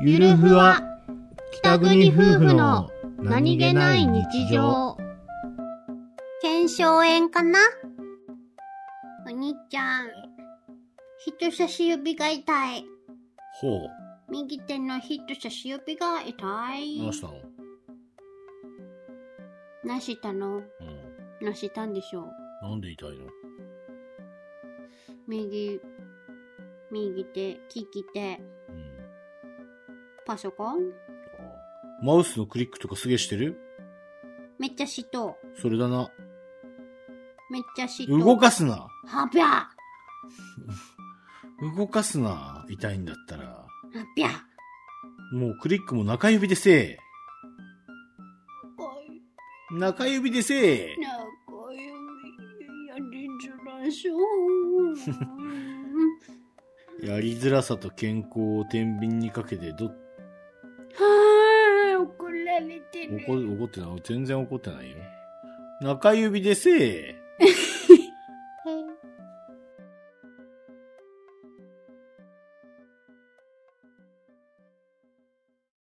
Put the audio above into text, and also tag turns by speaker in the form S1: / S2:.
S1: ゆるふわ北国夫婦の
S2: 検証炎かなお兄ちゃん、人差し指が痛い。
S1: ほう
S2: 右手の人差し指が痛い。
S1: どうしたの、
S2: なしたの
S1: うん、
S2: なしたんでしょう。
S1: なんで痛いの
S2: 右、右手、利き手、
S1: うん
S2: パソコン
S1: あマウスのクリックとかすげえしてる
S2: めっちゃしとう。
S1: それだな
S2: めっちゃしとう。
S1: 動かすな
S2: はびゃは
S1: 動かすな痛いんだったら
S2: びゃ
S1: もうクリックも中指でせえ
S2: おい
S1: 中指でせえ
S2: 仲良いやりづらそう。
S1: やりづらさと健康を天秤にかけてど
S2: はーい、怒られてる。
S1: 怒怒ってない全然怒ってないよ中指でせえ